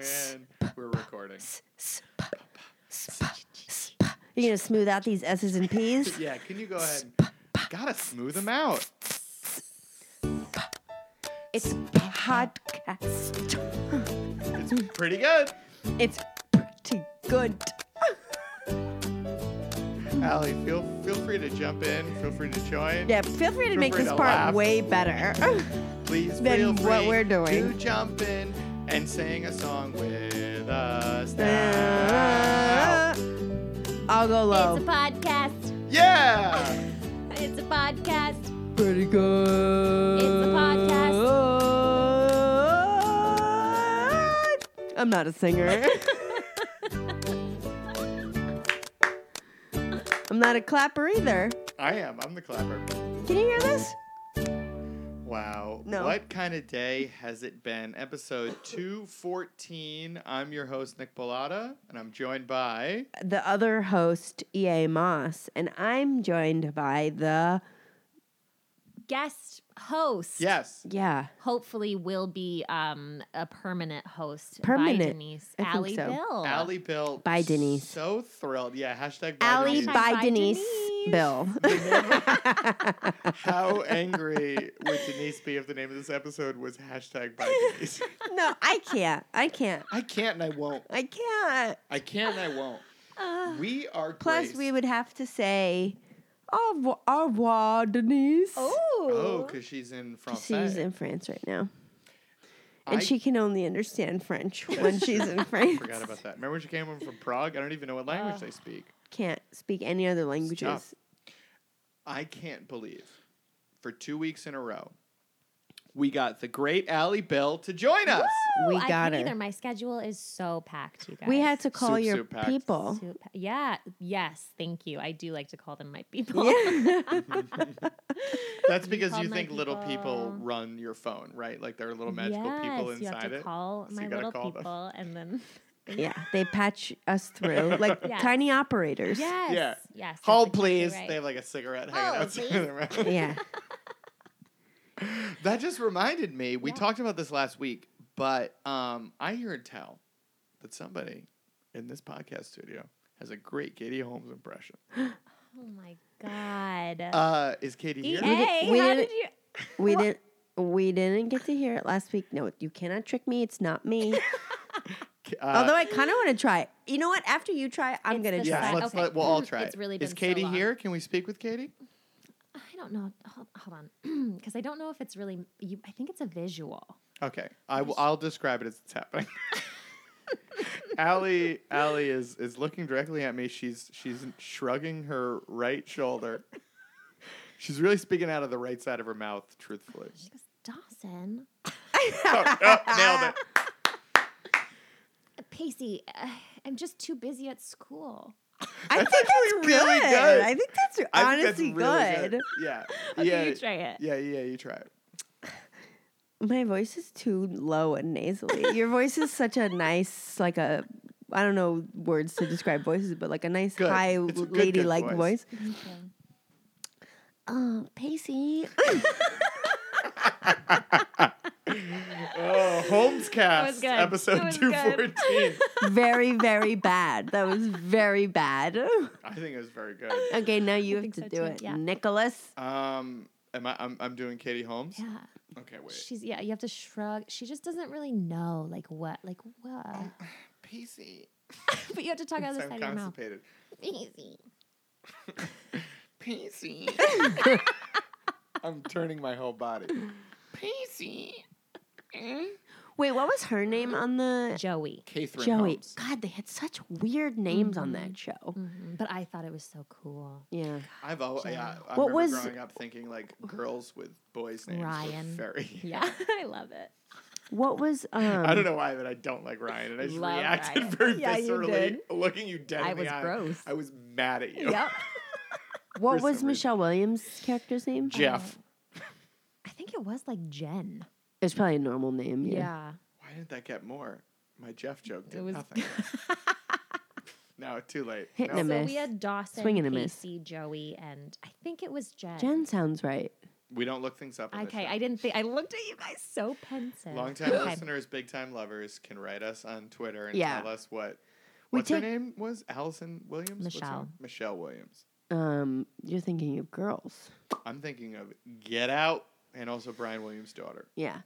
And we're recording. You're gonna smooth out these S's and P's. Yeah, can you go ahead? and- Gotta smooth them out. It's podcast. It's Mm. pretty good. It's pretty good. Allie, feel feel free to jump in. Feel free to join. Yeah, feel free to Feel make free this to part laugh. way better. Please Then feel free what we're to doing. jump in and sing a song with us now. I'll go It's a low. podcast. Yeah. It's a podcast. pretty good. It's a podcast. I'm not a singer. I'm not a clapper either. I am. I'm the clapper. Can you hear this? Wow. No. What kind of day has it been? Episode 214. I'm your host, Nick Pilata, and I'm joined by. the other host, EA Moss, and I'm joined by the Guest host. Yes. yeah. Hopefully will be um, a permanent host. Permanent. By Denise. I think Allie so. Bill. Allie Bill. By Denise. So thrilled. Yeah, hashtag by Allie Denise. Hashtag by by Denise, Denise. Bill. How angry would Denise be if the name of this episode was hashtag by Denise? no, I can't. I can't. I can't and I won't. I can't. I can't and I won't. Ah. We are Uh, Plus, graced- we would have to say au revoir, au revoir Denise. Oh, because she's in France. She's in France right now. I And she can only understand French That's when she's in France. forgot about that. Remember when she came over from Prague? I don't even know what language Ugh. they speak. Can't speak any other languages. I can't believe for two weeks in a row, we got the great Allie Bell to join us. We Ooh, I got can't her. Either. My schedule is so packed, you guys. We had to call Soup, your soup packed. people. So pa- yeah. Yes. Thank you. I do like to call them my people. Yeah. That's You because called you my think little people people. run your phone, right? Like there are little magical people Yes, You have inside to it. call So you my gotta little call them. people and then. yeah, they patch us through like Yes. tiny operators. Yes. Yeah. Yes. that's Call exactly please. right. They have like a cigarette hanging Oh, outside please. the room. Yeah. That just reminded me. We Yeah. talked about this last week, but um, I heard tell that somebody in this podcast studio has a great Katie Holmes impression. Oh my God. Uh, is Katie EA, here? didn't- we how didn't- did you? We didn't. We didn't get to hear it last week. No, you cannot trick me. It's not me. K- uh, Although I kind of want to try. it. You know what? After you try, it, I'm It's gonna the yeah, try. side. it. let's Okay. let, we'll all try. It's it. really is been so Katie long. here? Can we speak with Katie? I don't know. Hold, hold on, because I don't know if it's really. You, I think it's a visual. Okay, I will. I'll describe it as it's happening. Allie, Allie is is looking directly at me. She's she's shrugging her right shoulder. She's really speaking out of the right side of her mouth, truthfully. She goes, Dawson, Oh, oh, nailed it. uh, Pacey, uh, I'm just too busy at school. I That's think that's actually really really good. good. I think I that's think that's honestly really good. Yeah. Okay, yeah. you try it. Yeah, yeah, you try it. My voice is too low and nasally. Your voice is such a nice, like a, I don't know words to describe voices, but like a nice Good. high It's a good, good ladylike voice. voice. Oh, Pacey. Oh, Holmescast, good. episode That was two good. fourteen. very, very bad. That was very bad. I think it was very good. Okay, now you I have think to so do too, it, yeah. Nicholas. Um, am I? I'm, I'm doing Katie Holmes. Yeah, Okay, wait. she's yeah. You have to shrug. She just doesn't really know like what, like what. Pacey. but you have to talk out of the I'm side of your mouth. constipated. Pacey, Pacey. I'm turning my whole body. Pacey. Wait, what was her name on the Joey. Catherine Joey? Holmes. God, they had such weird names on that show. Mhm, But I thought it was so cool. Yeah. I've always yeah. I What remember was- growing up thinking like girls with boys names Ryan. Ryan. very. Yeah, I love it. What was um I don't know why, but I don't like Ryan, and I just Love reacted Ryan. very Yeah, you viscerally, did. looking you dead I in was the eye. gross. I was mad at you. Yep. for what was some reason. Michelle Williams' character's name? Jeff. I think it was like Jen. It's probably a normal name. Yeah. Yeah. Why didn't that get more? My Jeff joke did was- nothing. no, too late. Hit No. and a So miss. we had Dawson, Swing and a miss. Pacey, Joey, and I think it was Jen. Jen sounds right. We don't look things up. on this Okay, show. I didn't think I looked at you guys so pensive. Longtime Okay. listeners, big time lovers can write us on Twitter and Yeah. tell us what. We What's her take- name? Was Allison Williams? What's her Michelle. name? Michelle Williams. Um, you're thinking of girls. I'm thinking of Get Out and also Brian Williams' daughter. Yeah.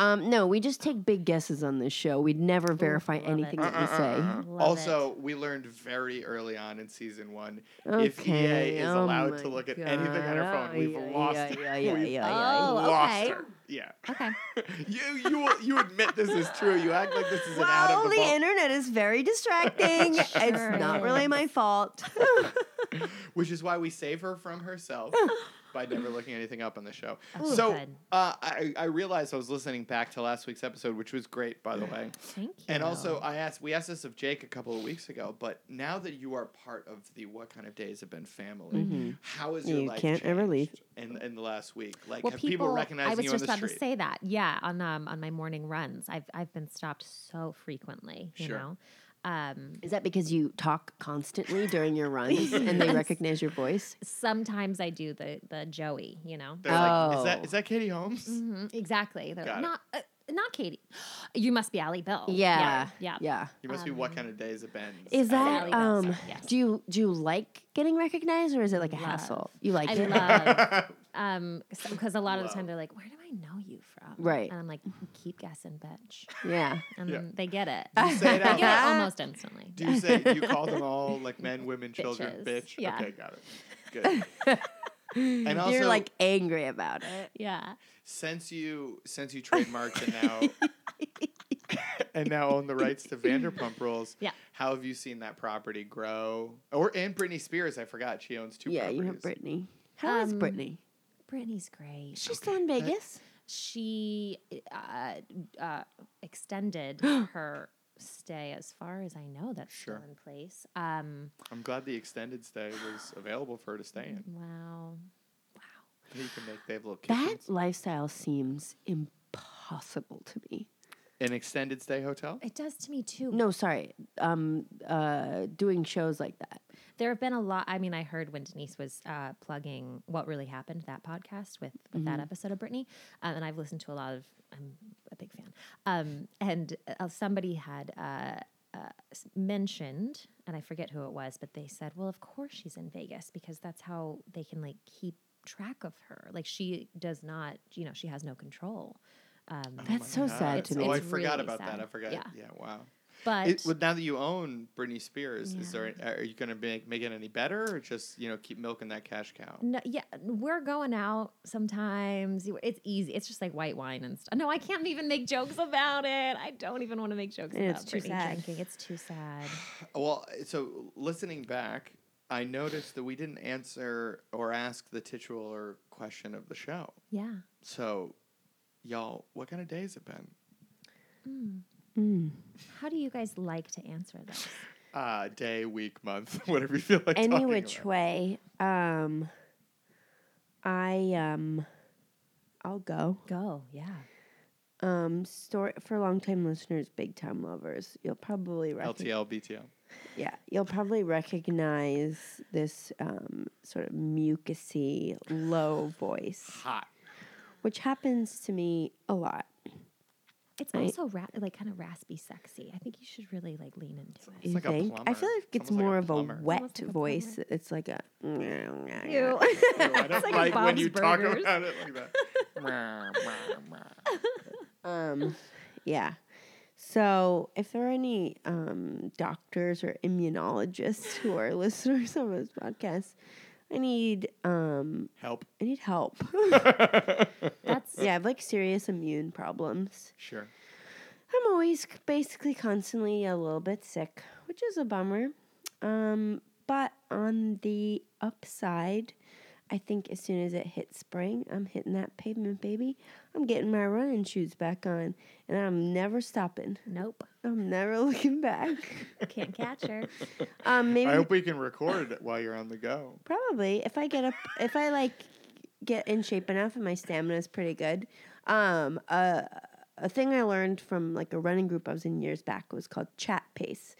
Um, no, we just take big guesses on this show. We'd never verify love it. anything that we Uh-uh, say. Love also, we learned very early on in season one if EA Okay, is oh allowed my to look at anything on her God. phone, we've Yeah, lost yeah, her. yeah, yeah, We've yeah, yeah. Oh, lost okay. her. Yeah. Okay. you you you admit this is true. You act like this is an out Well, of the, the box. internet is very distracting. Sure it's not really is. my fault. which is why we save her from herself by never looking anything up on the show. Oh, so good. uh, I I realized I was listening back to last week's episode, which was great by the way. Thank you. And also, I asked we asked this of Jake a couple of weeks ago, but now that you are part of the What Kind of Days Have Been family, how has your You life can't ever leave. changed In, in the last week, like well, have people, recognized I was you just on the about street? to say that. Yeah, on um on my morning runs, I've I've been stopped so frequently. You Sure. know, um, Is that because you talk constantly during your runs and they Yes. recognize your voice? sometimes I do the the Joey. You know, They're like, is that Oh. is that Katie Holmes? hmm exactly. They're Got it. like, not uh, not Katie. You must be Allie Bell. yeah. yeah. Yeah. You must be what kind of days have been. Is that Valley Bells, um? yes. Do you do you like getting recognized, or is it like a Love. hassle? You like I it? love um because a lot of the Wow. time they're like, "Where do I know you from?" Right. and I'm like, "Keep guessing, bitch," yeah. and Yeah. then they get it. You say it they out get it loud. almost instantly. Do you say you call them all like men, women, children, Bitches. bitch? Yeah. Okay, got it. Good. and also, You're like angry about it. Yeah, since you since you trademarked and now and now own the rights to Vanderpump Rules, Yeah. How have you seen that property grow? Or and Britney Spears, I forgot she owns two. yeah, properties. you have Brittany. How is Um, Brittany? Brittany's great. She's still in Vegas. she uh, uh, extended her stay as far as I know. That's Sure. still in place. Um, I'm glad the extended stay was available for her to stay in. wow, wow. Mm-hmm. You can make they have little That kitchens. lifestyle seems impossible to me. An extended stay hotel. Oh It does to me too. No, sorry. Um, uh, doing shows like that. There have been a lot. I mean, I heard when Denise was uh, plugging what really happened that podcast with, with that episode of Brittany, um, and I've listened to a lot of. I'm a big fan, um, and uh, somebody had uh, uh, s- mentioned, and I forget who it was, but they said, "Well, of course she's in Vegas because that's how they can like keep track of her. Like she does not, you know, she has no control." Um, Oh my That's so sad God. to me. Oh, I It's forgot really about that. sad. I forgot. Yeah. yeah wow. but It, well, now that you own Britney Spears, is there are you going to make make it any better, or just you know keep milking that cash cow? No, yeah, we're going out sometimes. You- It's easy. It's just like white wine and stuff. No, I can't even make jokes about it. I don't even want to make jokes And about it's too Britney sad. drinking. It's too sad. Uh, Well, so listening back, I noticed that we didn't answer or ask the titular question of the show. Yeah. So, y'all, what kind of days have been? How do you guys like to answer this? Uh, day, week, month, whatever you feel like. Any talking which about. way, um, I um, I'll go. Go. Yeah. Um, story for longtime listeners, big time lovers. You'll probably recognize. LTL, BTL. Yeah, you'll probably recognize this um, sort of mucusy, low voice, Hot. which happens to me a lot. It's Right. also ra- like kind of raspy, sexy. I think you should really like lean into it. you like a think? I feel plumber. like It's almost it's, like a more of a plumber. wet Almost like a voice. it's like a. Ew. Ew, I don't like a like when Bob's you talk Burgers. about it like that. Mwah, mwah, mwah. Um, yeah. So, if there are any um, doctors or immunologists who are listeners of this podcast, I need um, Help. I need help. That's yeah, I have like serious immune problems. Sure. I'm always c- basically constantly a little bit sick, which is a bummer. Um, but on the upside, I think as soon as it hits spring, I'm hitting that pavement, baby. I'm getting my running shoes back on, and I'm never stopping. nope. I'm never looking back. Can't catch her. Um, maybe I hope we can record it while you're on the go. probably if I get up, if I like get in shape enough and my stamina is pretty good. Um, a a thing I learned from like a running group I was in years back was called chat pace,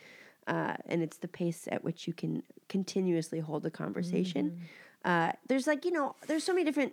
uh, and it's the pace at which you can continuously hold a conversation. Uh, there's like you know, there's so many different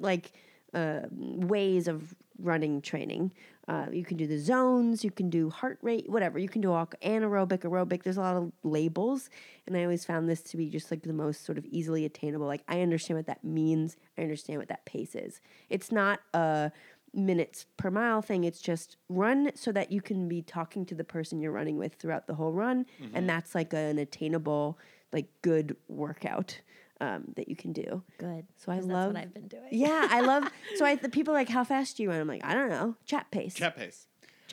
like uh, ways of running training. Uh, you can do the zones, you can do heart rate, whatever. You can do all anaerobic, aerobic. There's a lot of labels, and I always found this to be just like the most sort of easily attainable. Like I understand what that means. I understand what that pace is. It's not a minutes per mile thing. It's just run so that you can be talking to the person you're running with throughout the whole run, and that's like an attainable, like good workout um, that you can do. Good. So I 'cause love- that's what I've been doing. Yeah, I love. So I the people are like, how fast do you run? I'm like, I don't know, chat pace, Chat chat, pace.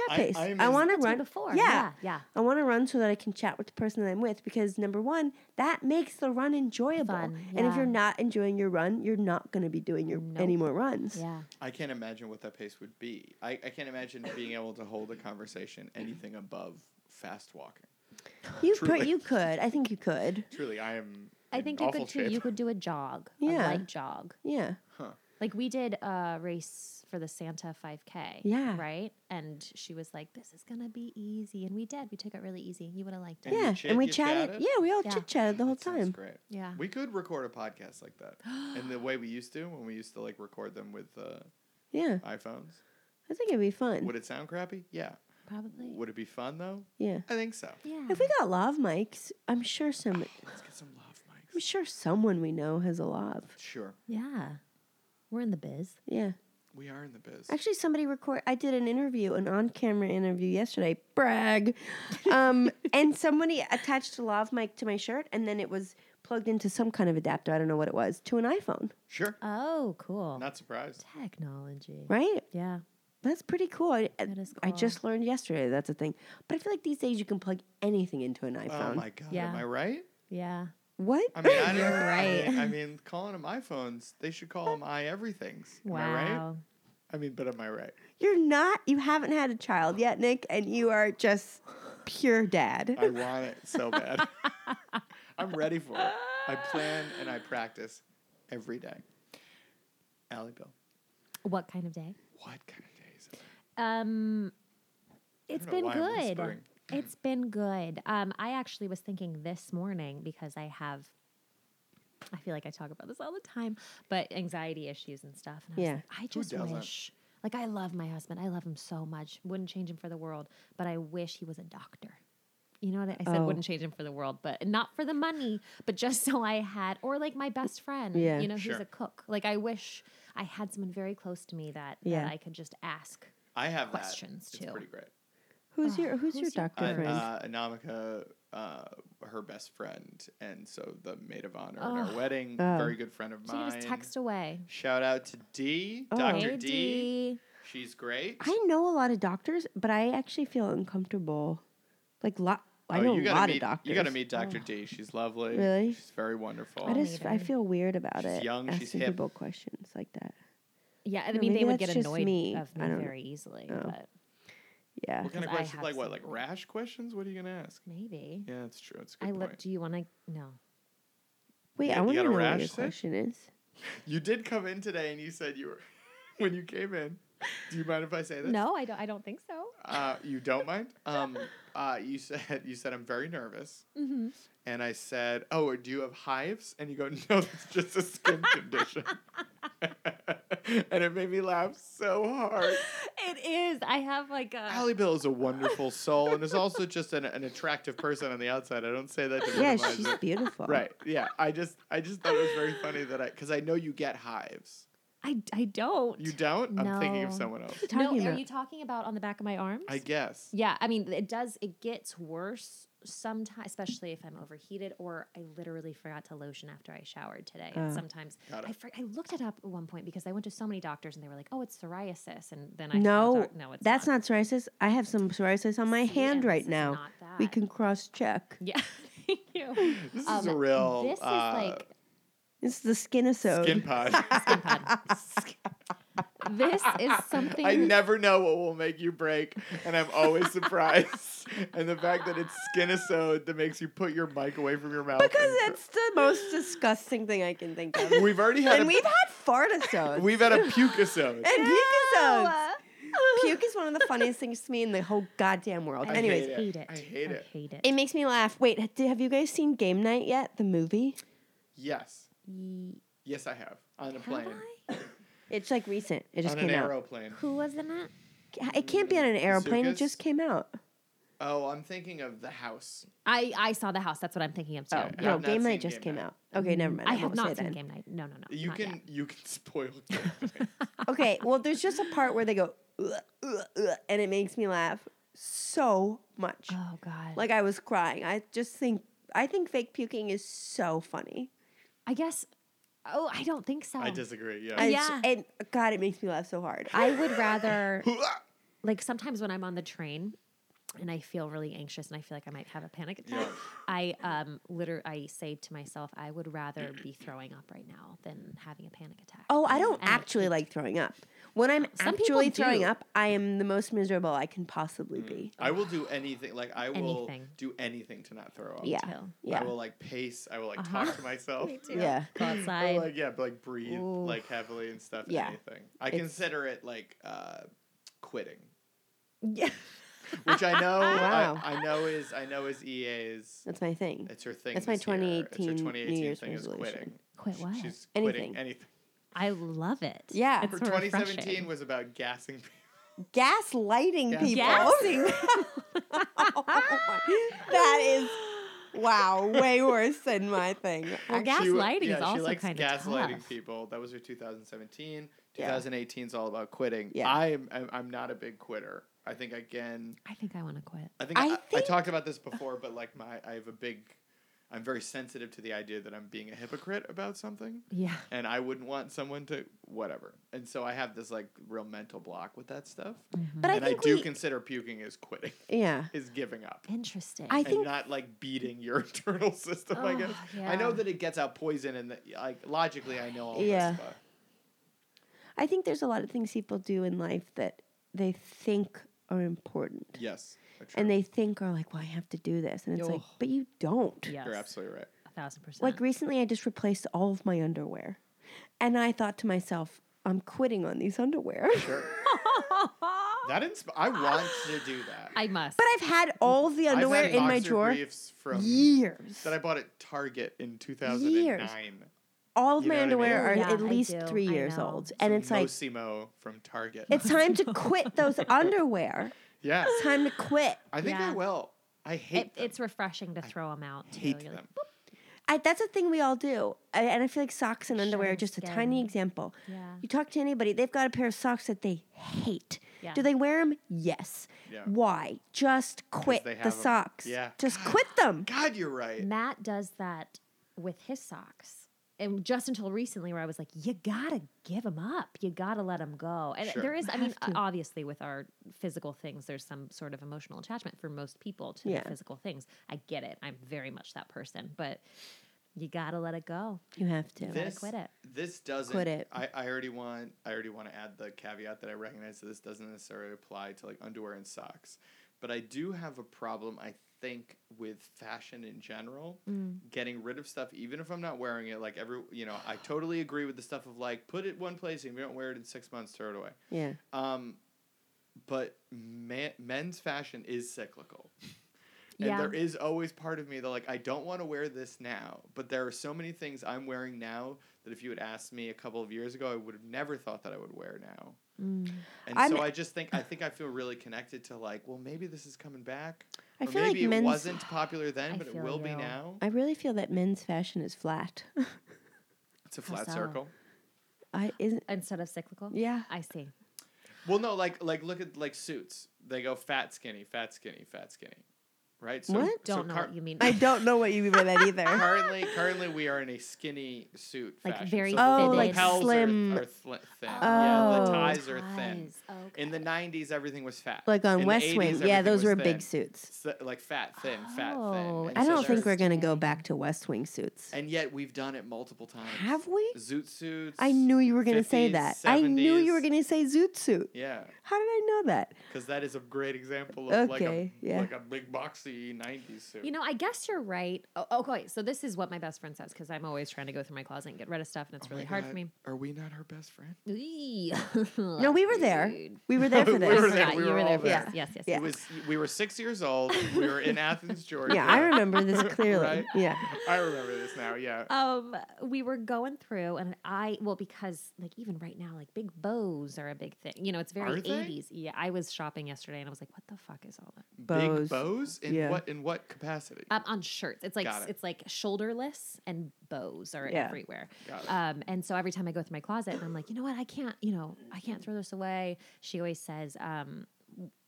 I- pace. I'm I as- want to That's run what before. Yeah, Yeah. Yeah. I want to run so that I can chat with the person that I'm with because number one, that makes the run enjoyable. Fun, And if yeah. you're not enjoying your run, you're not going to be doing your any more runs. Yeah. I can't imagine what that pace would be. I, I can't imagine being able to hold a conversation anything above fast walking. You Truly. pr- you could. I think you could. Truly, I am. I in think you awful could too. shape. You could do a jog. Yeah. A light jog. Yeah. Like we did a race for the Santa 5K. Yeah. Right? And she was like, this is going to be easy. And we did. We took it really easy. You would have liked it. And you yeah. chit- and we you chatted. chatted? Yeah, we all Yeah. chit chatted the whole That sounds time. Great. Yeah. We could record a podcast like that, and the way we used to when we used to like record them with uh, Yeah. iPhones. I think it'd be fun. Would it sound crappy? Yeah. Probably. Would it be fun though? yeah. I think so. yeah. If we got lav mics, I'm sure some Let's get some love mics. I'm sure someone we know has a lav. Sure. yeah. We're in the biz. Yeah. We are in the biz. Actually, somebody record. I did an interview, an on-camera interview yesterday. Brag. Um, and somebody attached a lav mic to my shirt, and then it was plugged into some kind of adapter. I don't know what it was to an iPhone. Sure. Oh, cool. Not surprised. Technology. Right. Yeah. That's pretty cool. I, That is I cool. just learned yesterday that's a thing. But I feel like these days you can plug anything into an iPhone. Oh my god. Yeah. Am I right? Yeah. What? I mean, I don't, You're I mean, right. I mean, calling them iPhones, they should call them i everything's. Am Wow. I right? I mean, but am I right? You're not. You haven't had a child yet, Nick, and you are just pure dad. I want it so bad. I'm ready for it. I plan and I practice every day. Allie Bill, What kind of day? what kind of day is it? Um, it's know been why I'm good. whispering. It's been good. Um, I actually was thinking this morning because I have. I feel like I talk about this all the time, but anxiety issues and stuff. And I Yeah. was like, I just doesn't? wish. Like I love my husband. I love him so much. Wouldn't change him for the world. But I wish he was a doctor. You know what I, I said? Oh. Wouldn't change him for the world, but not for the money. But just so I had, or like my best friend. Yeah. You know, he's Sure. a cook. Like I wish I had someone very close to me that, Yeah. that I could just ask I have Questions, that. too. It's pretty great. Who's your Ugh, Who's, who's your your doctor Uh, Good. friend? uh, Anamika, uh, her best friend, and so the maid of honor at our Oh. wedding, Oh. very good friend of She can mine. just text away. Shout out to D, Oh. Dr. Hey, D. D. She's great. I know a lot of doctors, but I actually feel uncomfortable. Like lot, I Oh, know a gotta lot meet, of doctors. You got to meet Dr. D. She's lovely. Really? She's very wonderful. I just I Later. feel weird about She's it. young, she's asking hip. people questions like that. Yeah, I No, mean, they maybe would that's get just annoyed me. of I me don't know. very easily, Oh. but Yeah. what kind of because I questions? have Like what? Like something. rash questions? What are you gonna ask? maybe. Yeah, that's true. It's a good I point. look. Do you want to? No. Wait, You- I you want got to a know what rash your there? question is. You did come in today, and you said you were when you came in. Do you mind if I say this? No, I don't. I don't think so. Uh, you don't mind? Um, uh, you said you said I'm very nervous, Mm-hmm. and I said, "Oh, or do you have hives?" And you go, "No, it's just a skin condition." and it made me laugh so hard. It is. I have like a. Allie Bill is a wonderful soul and is also just an, an attractive person on the outside. I don't say that to Yeah, minimize she's it. beautiful. Right. Yeah. I just I just thought it was very funny that I because I know you get hives. I I don't. You don't? I'm thinking of No. someone else. Talking no, are about- you talking about on the back of my arms? I guess. Yeah, I mean, it does. It gets worse sometimes, especially if I'm overheated or I literally forgot to lotion after I showered today. Oh. and sometimes Uh, Got it. I, fr- I looked it up at one point because I went to so many doctors and they were like, "Oh, it's psoriasis," and then I found No, out- no, it's that's not. psoriasis. I have some psoriasis on my See, hand and right this is now. not that. We can cross check. Yeah, thank you. This is Um, a real This uh, is like It's the skin episode. skin pod. this is something. I never know what will make you break, and I'm always surprised. and the fact that it's skinasode that makes you put your mic away from your mouth. Because and- it's the most disgusting thing I can think of. we've already had and we've a, had fartisodes. we've had a pukeisode. and pukesodes. Oh, Puke is one of the funniest things to me in the whole goddamn world. I Anyways, hate I it. hate it. I hate it. hate it. it makes me laugh. Wait, ha- have you guys seen Game Night yet? The movie? Yes, Ye- yes, I have on a Have plane. I? It's like recent. It just on came an out. aeroplane. Who was in that? It can't be on an aeroplane. It Zukas? just came out. Oh, I'm thinking of the house. I I saw the house. That's what I'm thinking of too. Oh, I've no, not Game seen Night just Game came Night. out. Okay, never mind. I won't have say not seen then. game night. No, no, no. You not can yet. you can spoil. it. Okay, well, there's just a part where they go, "Ugh, ugh, ugh," and it makes me laugh so much. Oh god. Like I was crying. I just think I think fake puking is so funny. I guess. Oh, I don't think so. I disagree. Yeah. I j- Uh, Yeah. and God, it makes me laugh so hard. I, I would rather Hoo-ah! like sometimes when I'm on the train and I feel really anxious and I feel like I might have a panic attack, Yeah. I um literally I say to myself, I would rather be throwing up right now than having a panic attack. oh, I don't And I actually like throwing up. When I'm Some people actually throwing do. up, I am the most miserable I can possibly Mm. be. I will do anything. Like I will Anything. do anything to not throw up. Yeah, too. I yeah, will like pace. I will like Uh-huh. talk to myself. Me too. yeah. Go I outside. will, like yeah, but, like breathe Oof. like heavily and stuff. And Yeah. anything. I It's- consider it like uh, quitting, yeah. which I know. Wow. I, I know is I know is EA's. That's my thing. It's her thing. That's my this year. It's her 2018 New 2018 Year's thing is resolution. quitting. Quit what? She's Anything. quitting anything. I love it. Yeah. It's For so 2017 refreshing. was about gassing people. Gaslighting Gas- people. Gassing. Oh my- that is wow, way worse than my thing. Well, Ac- She w- gaslighting yeah, is also she likes kind of gaslighting tough. people. That was her 2017. Yeah. 2018 is all about quitting. Yeah. I'm, I'm I'm not a big quitter. I think again. I think I want to quit. I think I I, I think- talked about this before, but like my I have a big. I'm very sensitive to the idea that I'm being a hypocrite about something, Yeah. and I wouldn't want someone to whatever. And so I have this like real mental block with that stuff. but I and I think do we, consider puking as quitting, yeah. is giving up. Interesting. I and think Ah, not like beating your internal system. I Oh, guess I know yeah. that it gets out poison, and that like logically I know all Yeah. this, but I think there's a lot of things people do in life that they think are important. yes, that's And true. they think are like, well, I have to do this. And it's like, Ugh. but you don't. yes. you're absolutely right. A thousand percent. Like recently I just replaced all of my underwear. And I thought to myself, I'm quitting on these underwear. Sure, that insp- I want to do that. I must. but I've had all of the I've had Ah. underwear in my boxer drawer briefs from years. that I bought at Target in 2009. all of You my know what I underwear mean? are Yeah, at I least do. three I years know. old. And it's like, Mosimo from Target. it's time to quit those underwear. yeah, It's time to quit. I think I Yeah. will. I hate it, them. it's refreshing to throw them out. Too. hate You're them. like, I, that's a thing we all do. I, and I feel like socks and underwear are Shedding just a skin. tiny example. Yeah. You talk to anybody, they've got a pair of socks that they hate. Yeah. Do they wear them? Yes. Yeah. Why? Just quit they the have 'em. socks. Yeah. Just quit them. God, you're right. Matt does that with his socks. And just until recently, where I was like, you gotta give them up. You gotta let them go. And Sure. there is, I You mean, have to. obviously, with our physical things, there's some sort of emotional attachment for most people to Yeah. the physical things. I get it. I'm very much that person, but you gotta let it go. You have to. Gotta quit it. This doesn't. Quit it. I, I already want. I already want to add the caveat that I recognize that this doesn't necessarily apply to like underwear and socks, but I do have a problem. I think with fashion in general, Mm. getting rid of stuff, even if I'm not wearing it. Like every, you know, I totally agree with the stuff of like put it one place and if you don't wear it in six months, throw it away. Yeah. Um, but man, men's fashion is cyclical. And Yeah. there is always part of me that like I don't want to wear this now, but there are so many things I'm wearing now that if you had asked me a couple of years ago, I would have never thought that I would wear now. Mm. And I'm- so I just think I think I feel really connected to like, well, maybe this is coming back. I or feel maybe like it men's. wasn't popular then, I but it feel will be you. now. I really feel that men's fashion is flat. It's a flat so? circle. I isn't. Instead of cyclical? Yeah. I see. Well, no, like like look at like suits. They go fat skinny, fat skinny, fat skinny. Right? What? Don't know car- what you mean. I don't know what you mean by that either. currently currently we are in a skinny suit Like fashion. very so Oh, the like lapels are- slim. are, thli- thin. yeah the Oh. ties are thin Ties. Okay. in the 90s everything was fat like on In the West 80s, Wing. Yeah, everything those was were thin. big suits. S- like fat thin fat Oh, thin And I so don't think we're there's- going to go Interesting. back to West Wing suits. and yet we've done it multiple times Have we? zoot suits I knew you were going to say 50s, that. I knew you were 70s. going to say zoot suit. yeah How did I know that? because that is a great example of like a Okay, yeah. like a big boxy bouncy '90s suit. You know, I guess you're right. Oh, okay, so this is what my best friend says because I'm always trying to go through my closet and get rid of stuff, and it's Oh my really hard for God, me. Are we not her best friend? no, No, we were there. We were there for We this. were there. We you were were all there. For there. this. Yes, yes, Yeah. It was. We were six years old. We were in Athens, Georgia. Yeah, I remember this clearly. Right? Yeah. I remember this now. Yeah. um we were going through and i well because like even right now like big bows are a big thing you know it's very Are they? 80s yeah i was shopping yesterday and i was like what the fuck is all that Big Bows. bows in Yeah. what in what capacity? Uh, um, on shirts it's like Got it. it's like shoulderless and bows are Yeah. everywhere Got it. um and so every time i go through my closet and i'm like you know what i can't you know i can't throw this away she always says um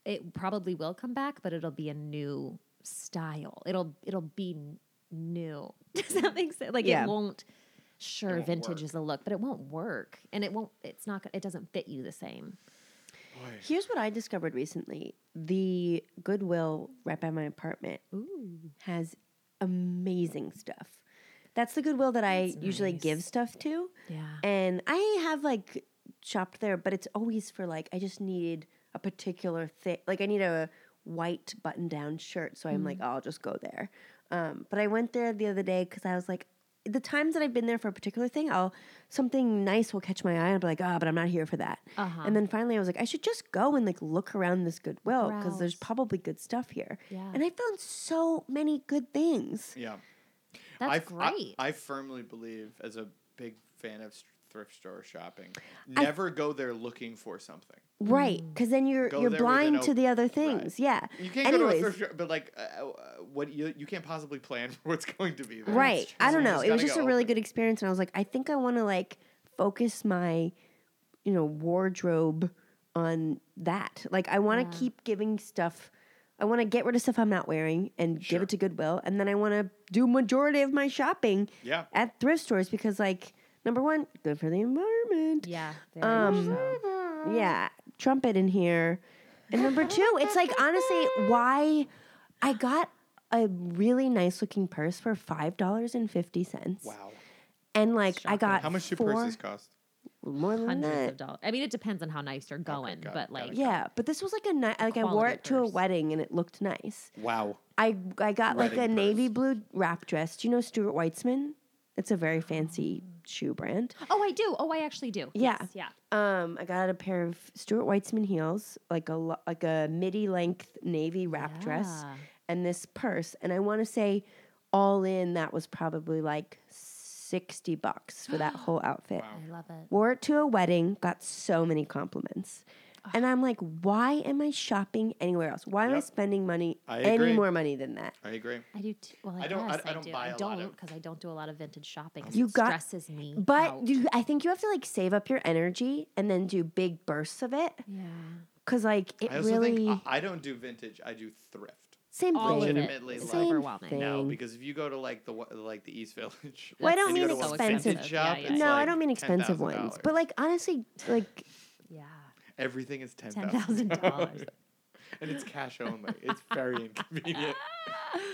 it probably will come back but it'll be a new style it'll it'll be n- new does that make sense like Yeah. it won't sure won't vintage work. is the look but it won't work and it won't it's not go- it doesn't fit you the same Boy. Here's what I discovered recently the Goodwill right by my apartment Ooh. has amazing stuff. That's the Goodwill that I That's usually nice. give stuff to. yeah And I have like shopped there, but it's always for like, I just need a particular thing. Like, I need a white button down shirt. So I'm like, Mm-hmm. "Oh, I'll just go there. Um, but I went there the other day because I was like, the times that I've been there for a particular thing, I'll something nice will catch my eye and I'll be like, ah, but I'm not here for that. Uh-huh. And then finally, I was like, I should just go and like look around this Goodwill because there's Browse. probably good stuff here. Yeah. And I found so many good things. Yeah. that's I f- I- great I, firmly believe, as a big fan of s- thrift store shopping, never go there looking for something. Right. Mm. Because then you're Go you're there with an blind to op- the other things. Yeah. You can't go to a Anyways. thrift store, but like, uh, uh, what you you can't possibly plan for what's going to be there. Right. true. I don't You know. just It was gotta just go a really open. good experience. And I was like, I think I want to like focus my, you know, wardrobe on that. Like, I want to Yeah. keep giving stuff. I want to get rid of stuff I'm not wearing and give Sure. it to Goodwill. And then I want to do majority of my shopping Yeah. at thrift stores because, like, number one, good for the environment. yeah very much Um, so. Yeah, trumpet in here. And number two, it's like honestly, why I got a really nice looking purse for five dollars and fifty cents. Wow. And like I Shocking. got How much do four, purses cost? More than hundreds that. of dollars i mean it depends on how nice you're going got it, got but like it, Yeah, but this was like a nice. Like I wore Quality it to a purse. wedding and it looked nice. Wow. I I got like a Wedding navy purse. blue wrap dress. Do you know Stuart Weitzman? It's a very fancy shoe brand. Oh, I do. Oh, I actually do. Yeah. Yes, yeah. Um, I got a pair of Stuart Weitzman heels, like a lo- like a midi length navy wrap dress, Yeah. and this purse. And I want to say, all in, that was probably like sixty bucks for that whole outfit. Wow. I love it. Wore it to a wedding, got so many compliments. And I'm like, why am I shopping anywhere else? Why am I Yep. spending money I any agree. more money than that? I agree. I do too. Well, I, I don't- I- guess I, I don't do. buy I a lot don't of- because I don't do a lot of vintage shopping. 'cause You it got- stresses me. out. But you, I think you have to like save up your energy and then do big bursts of it yeah, because like it I also really think I, I don't do vintage. I do thrift. same all thing. of it Legitimately, is like- Same overwhelming. thing. No, Dang. because if you go to like the wa- like the East Village, Well, I That's don't mean you go to a expensive. vintage shop, Yeah, yeah. it's no, I like don't mean expensive ones, $10,000. but like honestly, like Yeah, everything is ten ten thousand dollars. and it's cash only. It's very inconvenient.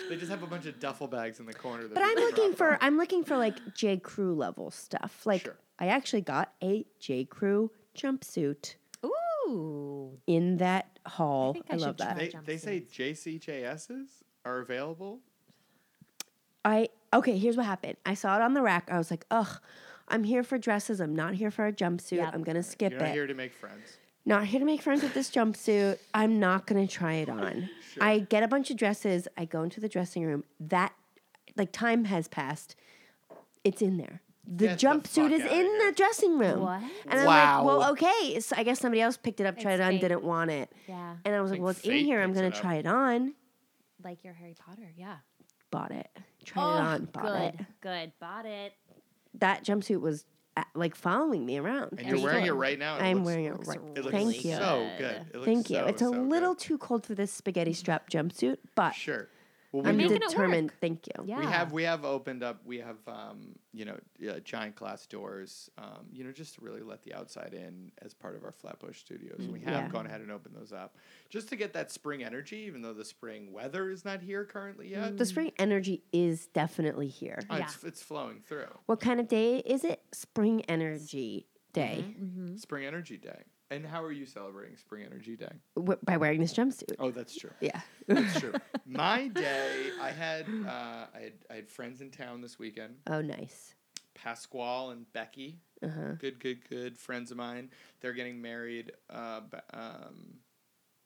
They just have a bunch of duffel bags in the corner. that But I'm people looking drop for off. I'm looking for like J Crew level stuff. Like Sure. I actually got a J Crew jumpsuit Ooh, in that haul. think I, I should love that. try. They, they say JCJSs are available. I okay. Here's what happened. I saw it on the rack. I was like, ugh, I'm here for dresses. I'm not here for a jumpsuit. Yep. I'm gonna skip You're not it. here to make friends. not here to make friends with this jumpsuit. I'm not gonna try it on. Sure. I get a bunch of dresses. I go into the dressing room. That like time has passed. It's in there. The Get the jumpsuit fuck is in outta here. the dressing room. What? And I'm Wow. like, well, okay. So I guess somebody else picked it up, tried It's it on, fake. didn't want it. yeah, And I was like, Like well, it's in fate here. I'm picks gonna it up. try it on. like your Harry Potter. Yeah. Bought it. Tried it on. Bought Oh, good, it. good. Bought it. That jumpsuit was uh, like following me around. And I you're still- wearing it right now. and It I'm looks, wearing it looks right. It looks Thank so you. good. It looks Thank you. so, it's a so good. Mm-hmm. little too cold for this spaghetti strap jumpsuit, but Sure. Well, we I'm You're do making it determined. work. Thank you. Yeah. We have we have opened up. We have um, you know uh, giant glass doors. Um, you know, just to really let the outside in as part of our Flatbush Studios. And we have Mm, Yeah. gone ahead and opened those up just to get that spring energy, even though the spring weather is not here currently yet. Mm. The spring energy is definitely here. Uh, Yeah. it's, it's flowing through. What kind of day is it? Spring energy day. Spring Energy Day. And how are you celebrating Spring Energy Day? w- by wearing this jumpsuit. Mm-hmm. Oh, that's true. Yeah. That's true. My day, I had uh, I had I had friends in town this weekend. Oh, nice. Pasquale and Becky, Uh huh. good, good, good friends of mine. They're getting married uh, b- um,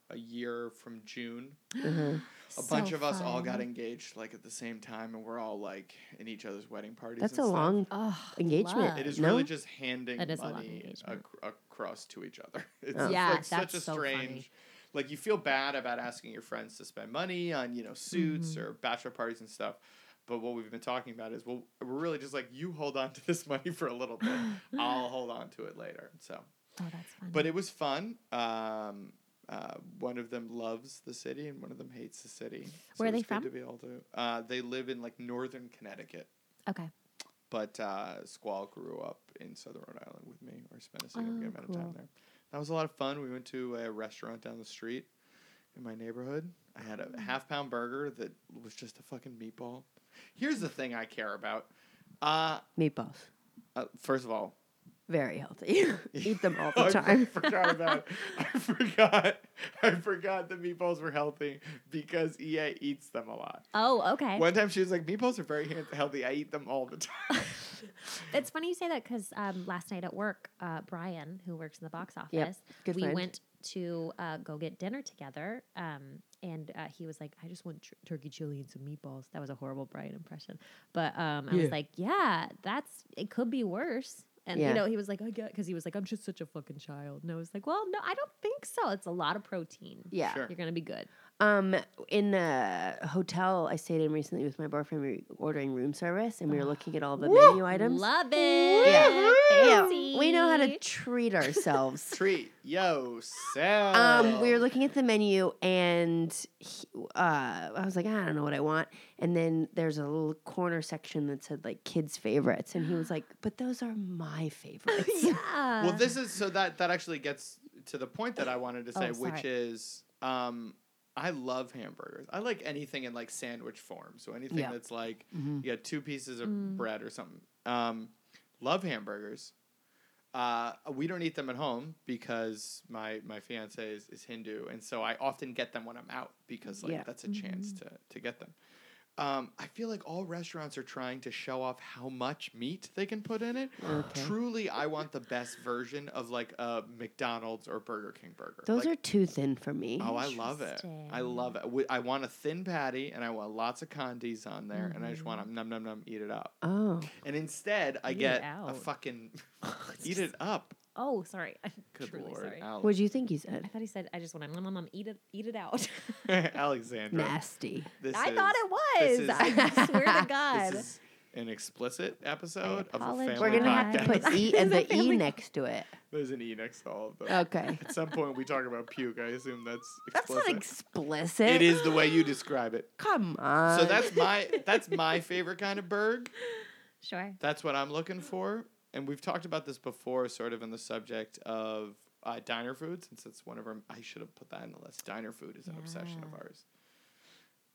a year from June. Uh-huh. A bunch of us all got engaged like at the same time, and we're all like in each other's wedding parties. That's and a stuff. long. Oh, Engagement. It is No? really just handing It is a long money ac- engagement. across to each other. It's Oh. Yeah, like such that's a so strange. funny. Like you feel bad about asking your friends to spend money on you know suits Mm-hmm. or bachelor parties and stuff. But what we've been talking about is well, we're really just like you hold on to this money for a little bit. I'll hold on to it later. So, Oh, that's funny. but it was fun. Um, uh, one of them loves the city and one of them hates the city. Where are it they was good from? To be able to, uh, they live in like northern Connecticut okay. but uh, Squall grew up in Southern Rhode Island with me, or spent a significant Oh, amount of time cool. there. That was a lot of fun. We went to a restaurant down the street in my neighborhood. I had Mm. a half pound burger that was just a fucking meatball. Here's the thing I care about. Uh, Meatballs. uh first of all, Very healthy. Eat them all I the time. forgot about. I forgot. I forgot the meatballs were healthy because EA eats them a lot. Oh, okay. One time she was like, "Meatballs are very he- healthy. I eat them all the time." It's funny you say that because um, last night at work, uh, Brian, who works in the box office, good we friend. went to uh, go get dinner together. Um, and uh, he was like, I just want tr- turkey chili and some meatballs. That was a horrible Brian impression. But um, I Yeah. was like, yeah, that's, it could be worse. And, Yeah. you know, he was like, I get, because he was like, I'm just such a fucking child. And I was like, well, no, I don't think so. It's a lot of protein. Yeah. Sure. You're going to be good. Um, in the hotel I stayed in recently with my boyfriend, we were ordering room service, and we were looking at all the menu items. Love it. Yeah. Yeah, Fancy. we know how to treat ourselves. Treat yourself. um, we were Um, looking at the menu, and he, uh, I was like, "Ah, I don't know what I want. And then there's a little corner section that said like kids' favorites, and he was like, But those are my favorites. yeah. Well, this is so that that actually gets to the point that I wanted to say, Oh, which sorry. is, um, I love hamburgers. I like anything in like sandwich form. So anything Yeah. that's like Mhm. you got two pieces of Mm. bread or something. Um, love hamburgers. Uh, we don't eat them at home because my my fiance is, is Hindu, and so I often get them when I'm out because like Yeah. Mm-hmm. that's a chance to to get them. Um, I feel like all restaurants are trying to show off how much meat they can put in it. Okay. Truly, I want the best version of like a McDonald's or Burger King burger. Those Like, are too thin for me. Oh, I love it. I love it. Wi- I want a thin patty and I want lots of condies on there and I just want to num num num eat it up. Oh, And instead, I Mm-hmm. Eat get it a out. fucking eat it up. Oh, sorry. I'm Good truly lord, sorry. Ale- what'd you think he I said? thought he said, "I just want to mom, mom, eat it, eat it out." Alexandra. Nasty. This I is, thought this it was. is- I swear to God. This is an explicit episode of a family apologize. We're gonna have to podcast. put E and the E next to it. There's an E next to all of them. Okay. At some point, we talk about puke. I assume that's That's explicit. not explicit. it is the way you describe it. Come on. So that's my that's my favorite kind of berg. sure. That's what I'm looking for. And we've talked about this before, sort of in the subject of uh, diner food, since it's one of our. I should have put that in the list. Diner food is an obsession of Yeah. ours.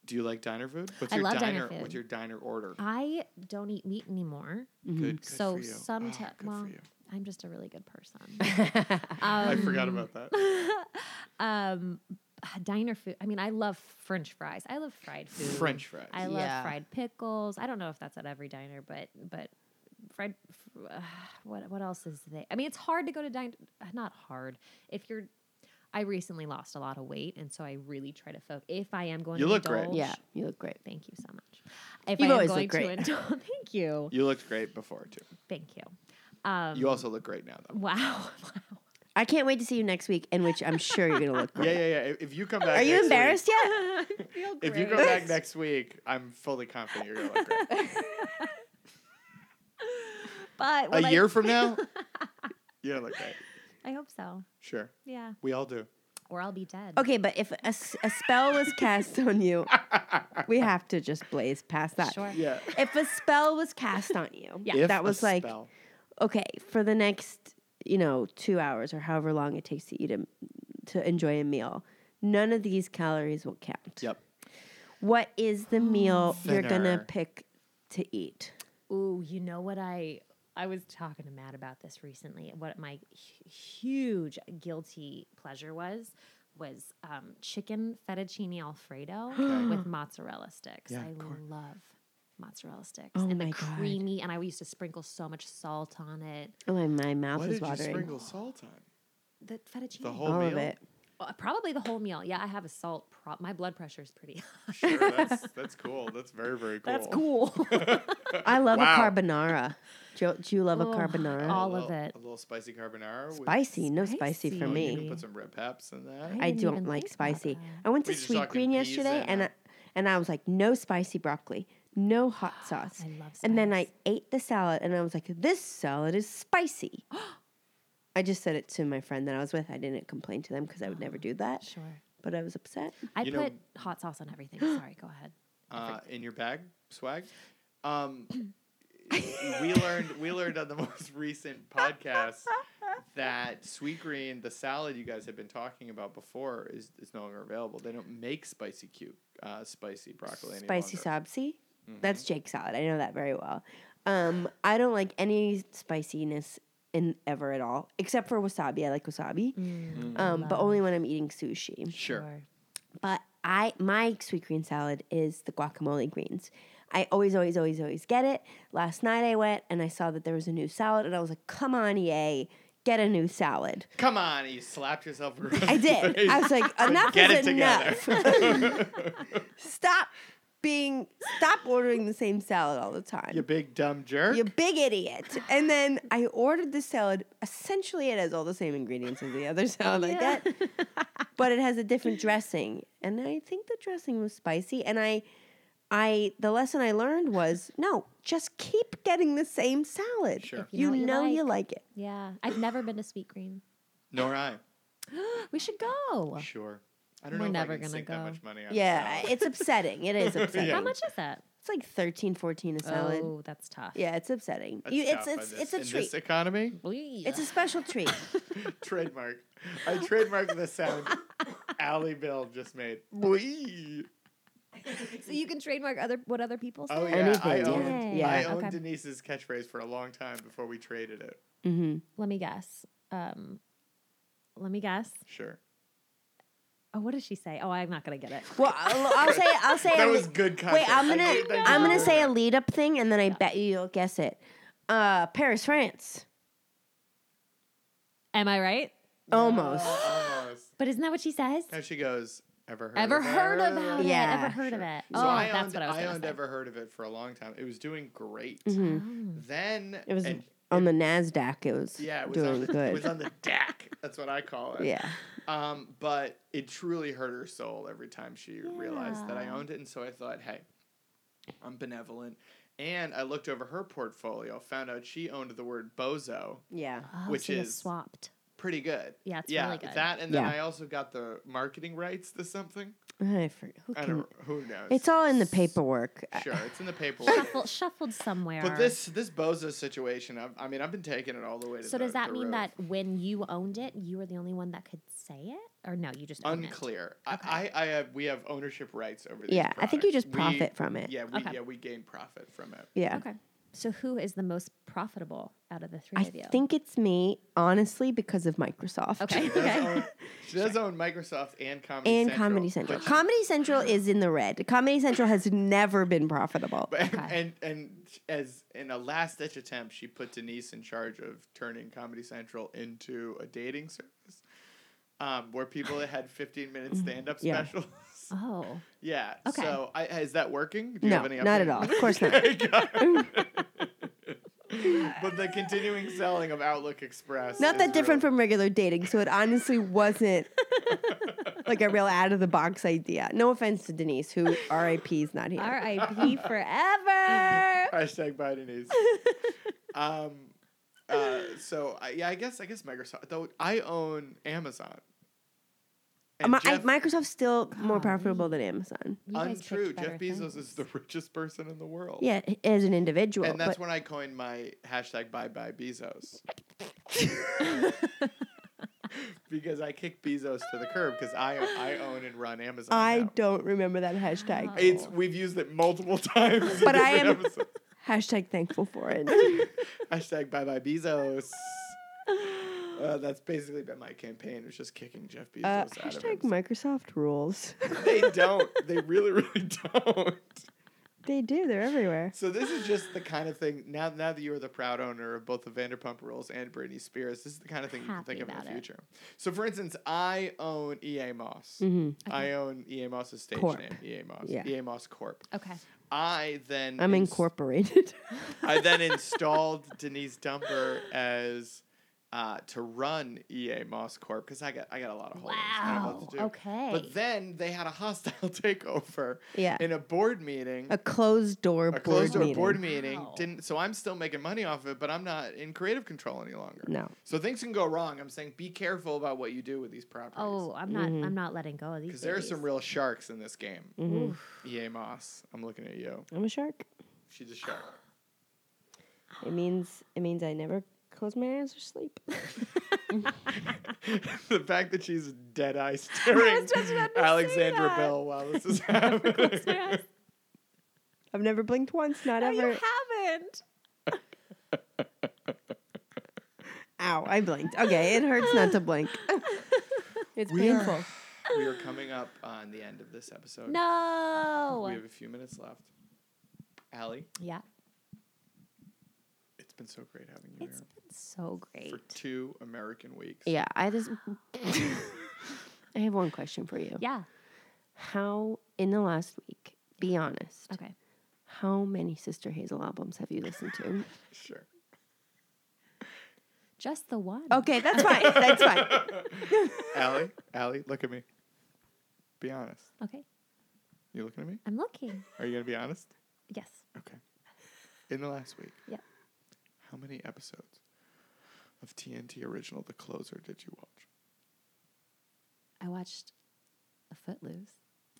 Do you like diner food? What's I your love diner, diner food. What's your diner order? I don't eat meat anymore. Good, good so for you. some Ah, good for well, you. I'm just a really good person. I Um, forgot about that. um, diner food. I mean, I love French fries. I love fried food. French fries. I love Yeah. fried pickles. I don't know if that's at every diner, but but fried. f- Uh, what what else is there? I mean, it's hard to go to diner. Not hard if you're. I recently lost a lot of weight, and so I really try to focus. If I am going, You to look great. indulge- yeah, you look great. Thank you so much. You've If I am always going looked great. to indulge, thank you, you looked great before too. thank you. Um, You also look great now, though. wow, wow. I can't wait to see you next week, in which I'm sure you're gonna look Yeah, great. yeah, yeah. If- If you come back, Are you next week- embarrassed yet? I feel great. if you come back next week, I'm fully confident you're gonna look great. but when A I- year from now, you're gonna look great. I hope so. Sure, Yeah, we all do. or I'll be dead. Okay, but if a, s- a spell was cast on you, we have to just blaze past that. sure. Yeah. If a spell was cast on you, Yeah. If that a was like spell. okay for the next you know two hours or however long it takes to eat a, to enjoy a meal. None of these calories will count. Yep. What is the meal you're gonna Thinner. pick to eat? Ooh, you know what I I was talking to Matt about this recently. What my hu- huge guilty pleasure was was um, chicken fettuccine alfredo Okay. with mozzarella sticks. Yeah, I of course. love mozzarella sticks Oh and my the God. creamy. And I used to sprinkle so much salt on it. Oh, my, my mouth Why is did you watering. sprinkle salt on? The fettuccine, The whole All meal? of it. Uh, probably the whole meal. Yeah, I have a salt. Pro- my blood pressure is pretty. Sure, that's that's cool. That's very very cool. That's cool. I love Wow. a carbonara. Do, do you love a Oh, And carbonara? a all of little- it. A little spicy carbonara. with- Spicy, no spicy Spicy. for oh, me. You can put some red peps in that. I I didn't don't even like think about spicy. that. I went to Were you just Sweet talking Green peas yesterday, and, and uh, I, and I was like, no spicy broccoli, no hot sauce. I love and then I spice. ate the salad, and I was like, this salad is spicy. I just said it to my friend that I was with. I didn't complain to them because I would never do that, sure. but I was upset. I You know- put hot sauce on everything. Sorry, go ahead. uh, in your bag swag. Um, we learned we learned on the most recent podcast that sweet green, the salad you guys had been talking about before, is, is no longer available. They don't make spicy cute, uh, spicy broccoli any Spicy longer. Mm-hmm. sabzi. That's Jake's salad. I know that very well. Um, I don't like any spiciness in ever at all, except for wasabi. I like wasabi, Mm. um, but only when I'm eating sushi. Sure. But I my sweet green salad is the guacamole greens. I always, always, always, always get it. Last night I went and I saw that there was a new salad, and I was like, "Come on, EA, get a new salad." Come on, you slapped yourself. across I the did. face. I was like, "Enough Get is it enough. together. Stop being, stop ordering the same salad all the time." you big dumb jerk. You big idiot. And then I ordered the salad. Essentially, it has all the same ingredients as the other salad I Yeah. get, but it has a different dressing. And I think the dressing was spicy. And I, I, the lesson I learned was no, just keep getting the same salad. Sure. You, know, you, like. it. Yeah, I've never been to Sweet Green. Nor I. We should go. Sure. I don't We're know never if I can gonna sink go. that much money on a Yeah, salad. it's upsetting. It is upsetting. Yeah. How much is that? It's like 13, 14 a salad. Oh, that's tough. Yeah, it's upsetting. That's You, tough it's on it's, this- it's a in treat. this economy. It's a special treat. Trademark. I trademarked the sound Ally Bill just made. Wee. so you can trademark other what other people say. Oh yeah, I Anything, yeah. owned, Yeah. I owned Okay. Denise's catchphrase for a long time before we traded it. hmm Let me guess. Um, let me guess. Sure. Oh, what does she say? Oh, I'm not gonna get it. Well, I'll, I'll say I'll say That a- was good content. Wait, I'm I gonna did- I did I'm gonna good say a content. lead up thing, and then I bet you you'll guess it. Uh, Paris, France. Am I right? Almost. Oh, almost. But isn't that what she says? And she goes, "Ever heard? Ever of heard it? about it? Yeah. Ever heard of it? So oh, I owned, that's what I was gonna owned say. Mm-hmm. ever heard of it for a long time. It was doing great. Mhm. Hmm. Then It was and- on the Nasdaq. It was yeah, it was doing on the, good. It was on the deck. That's what I call it. yeah, Um, but it truly hurt her soul every time she realized that I Yeah. owned it. And so I thought, hey, I'm benevolent. And I looked over her portfolio, found out she owned the word bozo. yeah. Oh, which so you is- swapped. Pretty good. Yeah, it's yeah, really good. that. And then Yeah. I also got the marketing rights to something. I forget. Who I can, don't. Who knows? it's all in the paperwork. I- sure. It's in the paperwork. Shuffled, shuffled somewhere. but this this bozo situation, I've, I mean, I've been taking it all the way to. So the- does that the mean roof. that when you owned it, you were the only one that could say it, or no? You just own Unclear. I, I, I have. We have ownership rights over. These Yeah, I think you products. just We- profit from it. Yeah, we Okay. yeah we gain profit from it. It. Yeah. Okay. So who is the most profitable out of the three I of you? think it's me, honestly, because of Microsoft. Okay. She does okay. own- she does own Microsoft and Comedy And Central. Comedy Central. but- Comedy Central is in the red. Comedy Central has never been profitable. but- Okay. And and as in a last ditch attempt, she put Denise in charge of turning Comedy Central into a dating service, um, where people had fifteen minute stand up Mm-hmm. Yeah. specials. Oh, yeah. Okay. So I, is that working? Do you No, have any not at update? all. Of course not. Okay, got it. but the continuing selling of Outlook Express. Not is that different real. from regular dating, so it honestly wasn't like a real out of the box idea. No offense to Denise, who RIP is not here. R.I.P. forever. Hashtag bye Denise. um, uh, so I, yeah, I guess I guess Microsoft. Though I own Amazon. And Mi- I- Jeff, Microsoft's still more profitable than Amazon. You guys picked untrue. Jeff better Bezos things. is the richest person in the world. Yeah, as an individual. and that's but when I coined my hashtag bye bye Bezos. because I kicked Bezos to the curb because I I own and run Amazon. I now. don't remember that hashtag. Wow. It's we've used it multiple times. in But I different am- episodes. Hashtag thankful for it. Uh, Hashtag bye bye Bezos. Uh, that's basically been my campaign. It's just kicking Jeff Bezos Uh, out of hashtag it. Microsoft rules. they don't. They really, really don't. they do. They're everywhere. So this is just the kind of thing. Now, now that you are the proud owner of both the Vanderpump Rules and Britney Spears, this is the kind of thing you can Happy think of in the about it. future. So, for instance, I own EA Moss. Mm, Mm-hmm. I own EA Moss's stage Corp. name, EA Moss. Yeah. EA Moss Corp. Okay. I then I'm ins- incorporated. I then installed Denise Dumper as uh, to run EA Moss Corp because I got I got a lot of holdings. I don't know what Wow. to do. Okay. But then they had a hostile takeover yeah. in a board meeting. A closed door a board closed door meeting. board meeting Wow. didn't so i'm still making money off of it but i'm not in creative control any longer No. so things can go wrong i'm saying be careful about what you do with these properties oh, I'm not. Mhm. I'm not letting go of these. because there are some babies. real sharks in this game Mhm. ea moss i'm looking at you I'm a shark. she's a shark It means it means I never close my eyes or sleep. the fact that she's dead eye staring just about to say alexandra that. bell while this is happening Close my eyes. I've never blinked once, not No, ever. you haven't. Ow, I blinked. Okay, it hurts not to blink. It's We are- painful. we are coming up on the end of this episode we No. have a few minutes left Allie, Yeah. it's been so great having you It's here been so great. for two American weeks. Yeah, I just I have one question for you. Yeah. How in the last week, be honest, Okay. how many Sister Hazel albums have you listened to? Sure. Just the one. okay, that's fine. That's fine. Allie, Allie, look at me. Be honest. Okay. You looking at me? I'm looking. Are you gonna be honest? Yes. Okay. In the last week. Yep. How many episodes of TNT original The Closer did you watch? I watched a Footloose.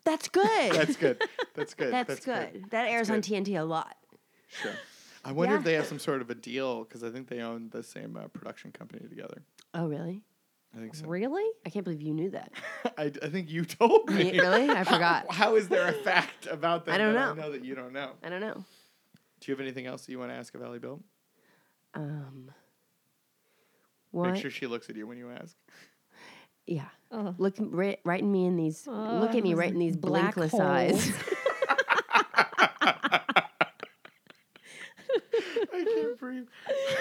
That's good. That's good. That's good. That's, good. That airs on good. TNT a lot. Sure. I wonder if Yeah. they have some sort of a deal because I think they own the same uh, production company together. Oh, really? I think so. Really? I can't believe you knew that. I, I think you told me. Yeah, really? I How- forgot. how is there a fact about that? I don't that know. I know that you don't know. I don't know. Do you have anything else that you want to ask of Allie Bill? Um, what? Make sure she looks at you when you ask. Yeah. Oh. Look right, right in me in these. look at me right in these black blinkless eyes. I can't breathe.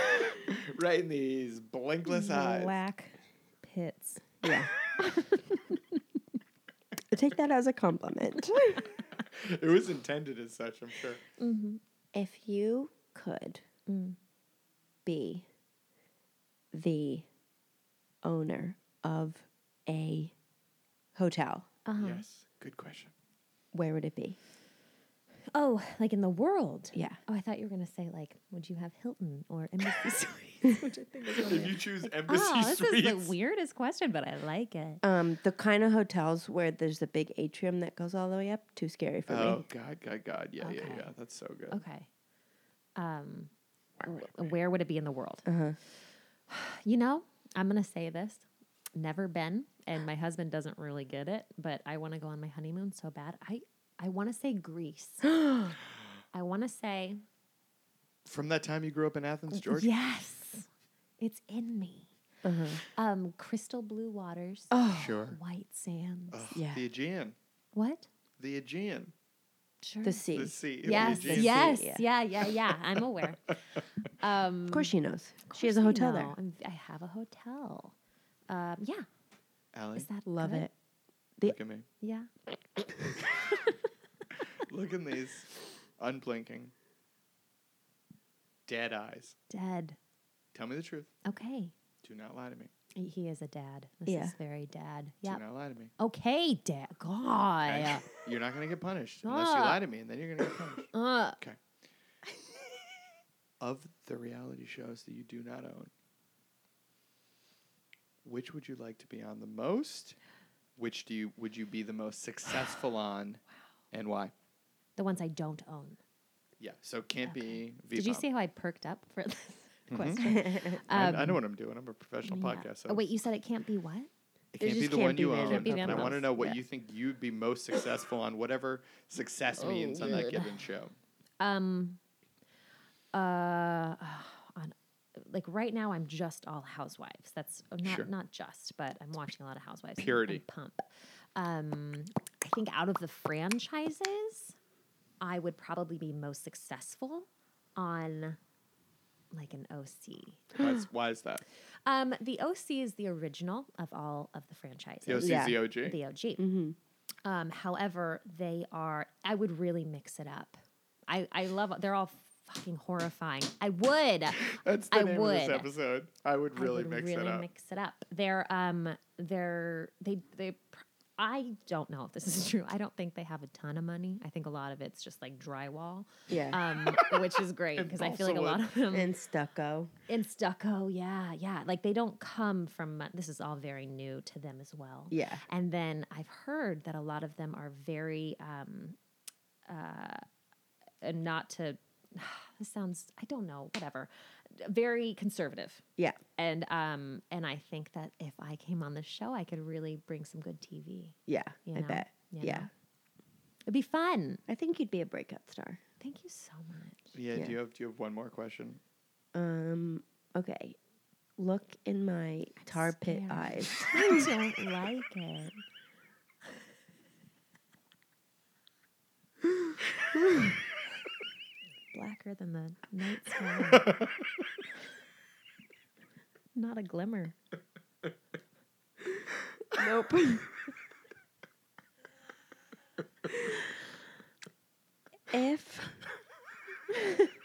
right in these blinkless eyes. Black pits. yeah. Take that as a compliment. It was intended as such, I'm sure. if you could Mm. be the owner of a hotel, Uh-huh. Yes. Good question. where would it be? Oh, like in the world. Yeah. Oh, I thought you were gonna say like, would you have Hilton or Embassy Suites? Which I think is really If you choose Embassy Oh, this is Suites, the weirdest question, but I like it. Um, the kind of hotels where there's a big atrium that goes all the way up. Too scary for oh me. God, God, God, yeah, yeah, Okay. yeah. That's so good. Okay. Um, w- where would it be in the world? Uh-huh. You know, I'm gonna say this. Never been, and my husband doesn't really get it, but I want to go on my honeymoon so bad. I I want to say Greece. I want to say From that time you grew up in Athens, Georgia. yes. It's in me. Uh-huh. Um, crystal blue waters, Oh, Sure. white sands. Ugh, Yeah. The Aegean. What? The Aegean. Sure. the sea. The sea. the Yes, Aegean Sea. yes, Yeah. yeah, yeah, yeah. I'm aware. Um, Of course she knows. She has a hotel there. i have a hotel. Um, yeah, Allie, is that Love good? it. the- look at me. Yeah. Look in these unblinking, dead eyes. Dad. Tell me the truth. Okay. Do not lie to me. He- He is a dad. This Yeah. is very dad. Yeah. Do not lie to me. Okay, dad. God. Okay? You're not going to get punished unless you Ah. lie to me, and then you're going to get punished. Uh, of the reality shows that you do not own, which would you like to be on the most? Which do you would you be the most successful on, and why? the ones I don't own. Yeah, so it can't be. V-Bomb. Did you see how I perked up for this question? I, I um, know what I'm doing. I'm a professional Yeah. Mm-hmm. podcast. Oh, So wait, you said it can't be what? it it can't be just the can't one be you the- own. Can't be the and I one want to else. know what Yeah. you think you'd be most Oh, successful on, whatever success means on that weird. given show. Um, uh, on like right now I'm just all housewives. That's uh, not Sure. not just, but I'm watching a lot of housewives. and- and Purity. pump. Um, I think out of the franchises, I would probably be most successful on like an OC. Why is, why is that? Um, the OC is the original of all of the franchises. The OC is Yeah. the OG. The OG. Um, however, they are. I would really mix it up. I I love. They're all fucking horrifying. I would. That's the I name of this would. episode. I would really I would mix really it up. mix it up. They're um they're they they. pr- I don't know if this is true. I don't think they have a ton of money. I think a lot of it's just like drywall, Yeah. um, which is great And eh. because I feel like a balsa lot wood. of them and stucco. in stucco yeah yeah like they don't come from mon- this is all very new to them as well Yeah. and then i've heard that a lot of them are very um uh and not to this sounds i don't know whatever very conservative Yeah. and um and i think that if i came on the show i could really bring some good tv Yeah. You I know, bet. you Yeah. know. it'd be fun I think you'd be a breakout star. thank you so much Yeah, Yeah. Do you have Do you have one more question? Um, okay. Look in my tar pit scared. eyes. i don't like it blacker than the night sky. Not a glimmer. nope. if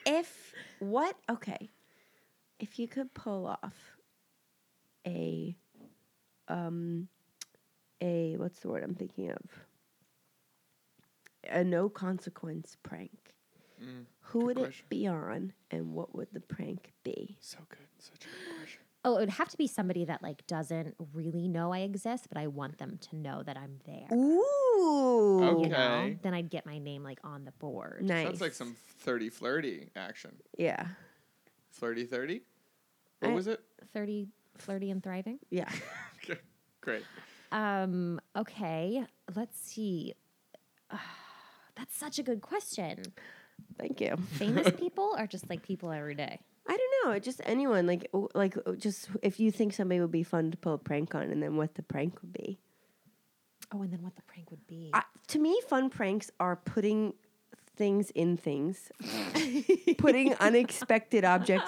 if what okay. If you could pull off a um a what's the word I'm thinking of? A no consequence prank. Mm, Who good would question. it be on and what would the prank be? So good. Such a good question. Oh, it would have to be somebody that like doesn't really know I exist, but I want them to know that I'm there. Ooh. You Okay. know? Then I'd get my name like on the board. Nice. Sounds like some flirty flirty action. Yeah. Flirty thirty. What I- was it? Thirty, flirty, and thriving. Yeah. Okay. Great. Um. Okay. Let's see. that's such a good question. Thank you. Famous people are just like people every day. I don't know. Just anyone, like, w- like, uh, just if you think somebody would be fun to pull a prank on, and then what the prank would be. Oh, and then what the prank would be? I, to me, fun pranks are putting things in things, putting unexpected objects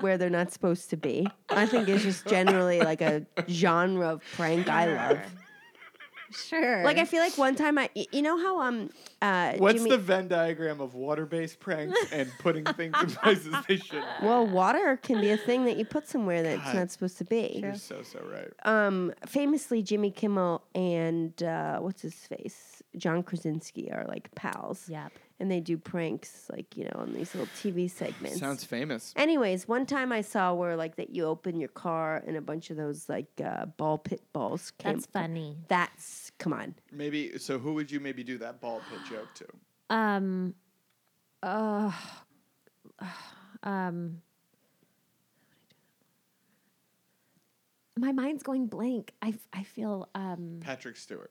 where they're not supposed to be. I think it's just generally like a genre of prank I love. sure. Like, I feel like one time I, y- you know how um, uh, What's Jimmy, the Venn diagram of water based pranks and putting things in places they shouldn't? be? well, water can be a thing that you put somewhere that's God. not supposed to be. You're so so right. Oh, um, famously Jimmy Kimmel and uh, what's his face, John Krasinski are like pals, Yep. and they do pranks like you know on these little TV segments. Sounds famous. Anyways, one time I saw where like that you open your car and a bunch of those like uh, ball pit balls came. That's funny. That's come on. Maybe so. Who would you maybe do that ball pit joke to? Um. Uh. Um. My mind's going blank. I, f- I feel um Patrick Stewart,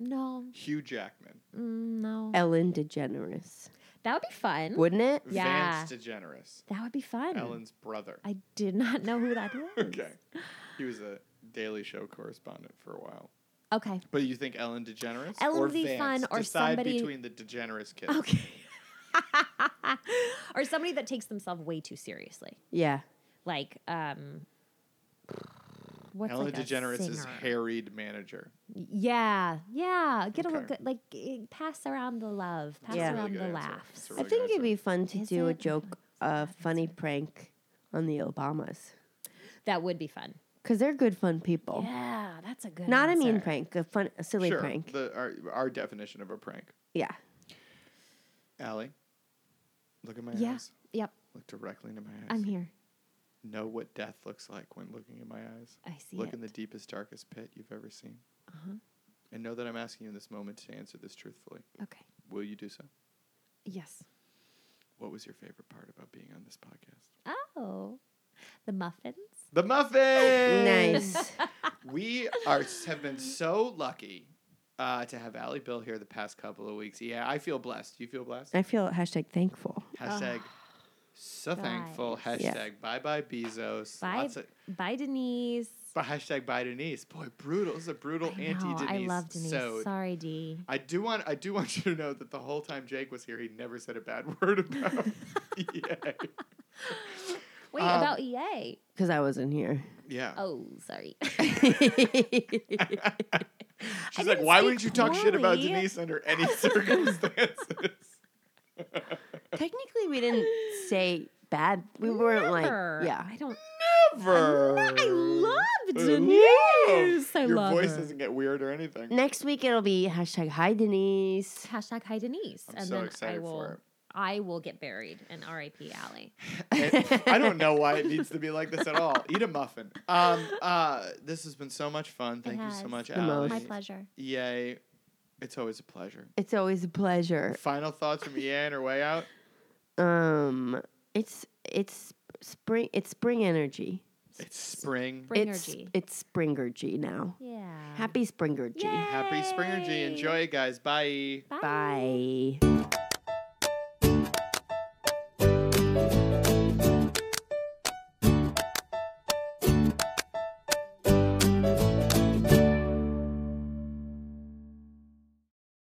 no Hugh Jackman, mm, no Ellen DeGeneres, that would be fun. wouldn't it? Yeah. Hmm. Vance DeGeneres, that would be fun. Ellen's brother. I did not know who that is. Okay, he was a Daily Show correspondent for a while. Okay. But you think Ellen DeGeneres Ellen or would be Vance? fun or Decide somebody- between the DeGeneres kids. Okay. or somebody that takes themselves way too seriously. Yeah. Oh, Like, um, what's Ellen like a DeGeneres is singer? harried manager. Yeah, yeah. Get a Okay. look, like eh, pass around the love, pass Yeah. Really around good the answer. laughs. It's a I Really think good it'd be fun to Is do a it? joke, a funny prank on the Obamas that would be fun. because they're good fun people. Oh. Yeah, that's a good. Not a mean answer. prank, a fun, a silly sure, prank. The, our, our definition of a prank. yeah. Allie, look at my Yeah. eyes. Yep, Look directly into my eyes. I'm here. Know what death looks like when looking in my eyes. I see look it. in the deepest, darkest pit you've ever seen. Uh-huh. And know that I'm asking you in this moment to answer this truthfully. Okay. Will you do so? Yes. What was your favorite part about being on this podcast? Oh, the muffins. The muffin. Nice. We are have been so lucky uh, to have Allie Bill Uh, here the past couple of weeks. Yeah, I feel blessed. You feel blessed? I feel hashtag thankful. Hashtag So thankful. Guys. Hashtag Yeah. bye bye Bezos. Bye, Lots of- bye, Denise. but hashtag bye Denise. Boy, brutal. This is a brutal I anti know, Denise. I love Denise. So Sorry, D. I do want I do want you to know that the whole time Jake was here, he never said a bad word about. yeah. Wait, Um, uh, about EA. because I wasn't here. Yeah. Oh, sorry. She's I like, didn't why speak wouldn't you talk shit about poorly." Denise under any circumstances? Technically, we didn't say bad. We weren't Never. like yeah. I don't. Never. I love love- Denise. I Your love voice her. doesn't get weird or anything. Next week it'll be hashtag Hi Denise. Hashtag hi Denise, I'm and so then I excited will. for it. I will get buried in R.I.P. Alley. It- I don't know why it needs to be like this at all. Eat a muffin. Um, uh, this has been so much fun. Thank you so has. much, The most. Allie. My pleasure. Yay. It's always a pleasure. It's always a pleasure. Final thoughts from Ian or way out? Um, it's it's spring. It's spring energy. It's spring. Bringergy. It's it's springergy now. Yeah. Happy springergy. Happy Springer G. Yay. Enjoy, guys. Bye. Bye. Bye.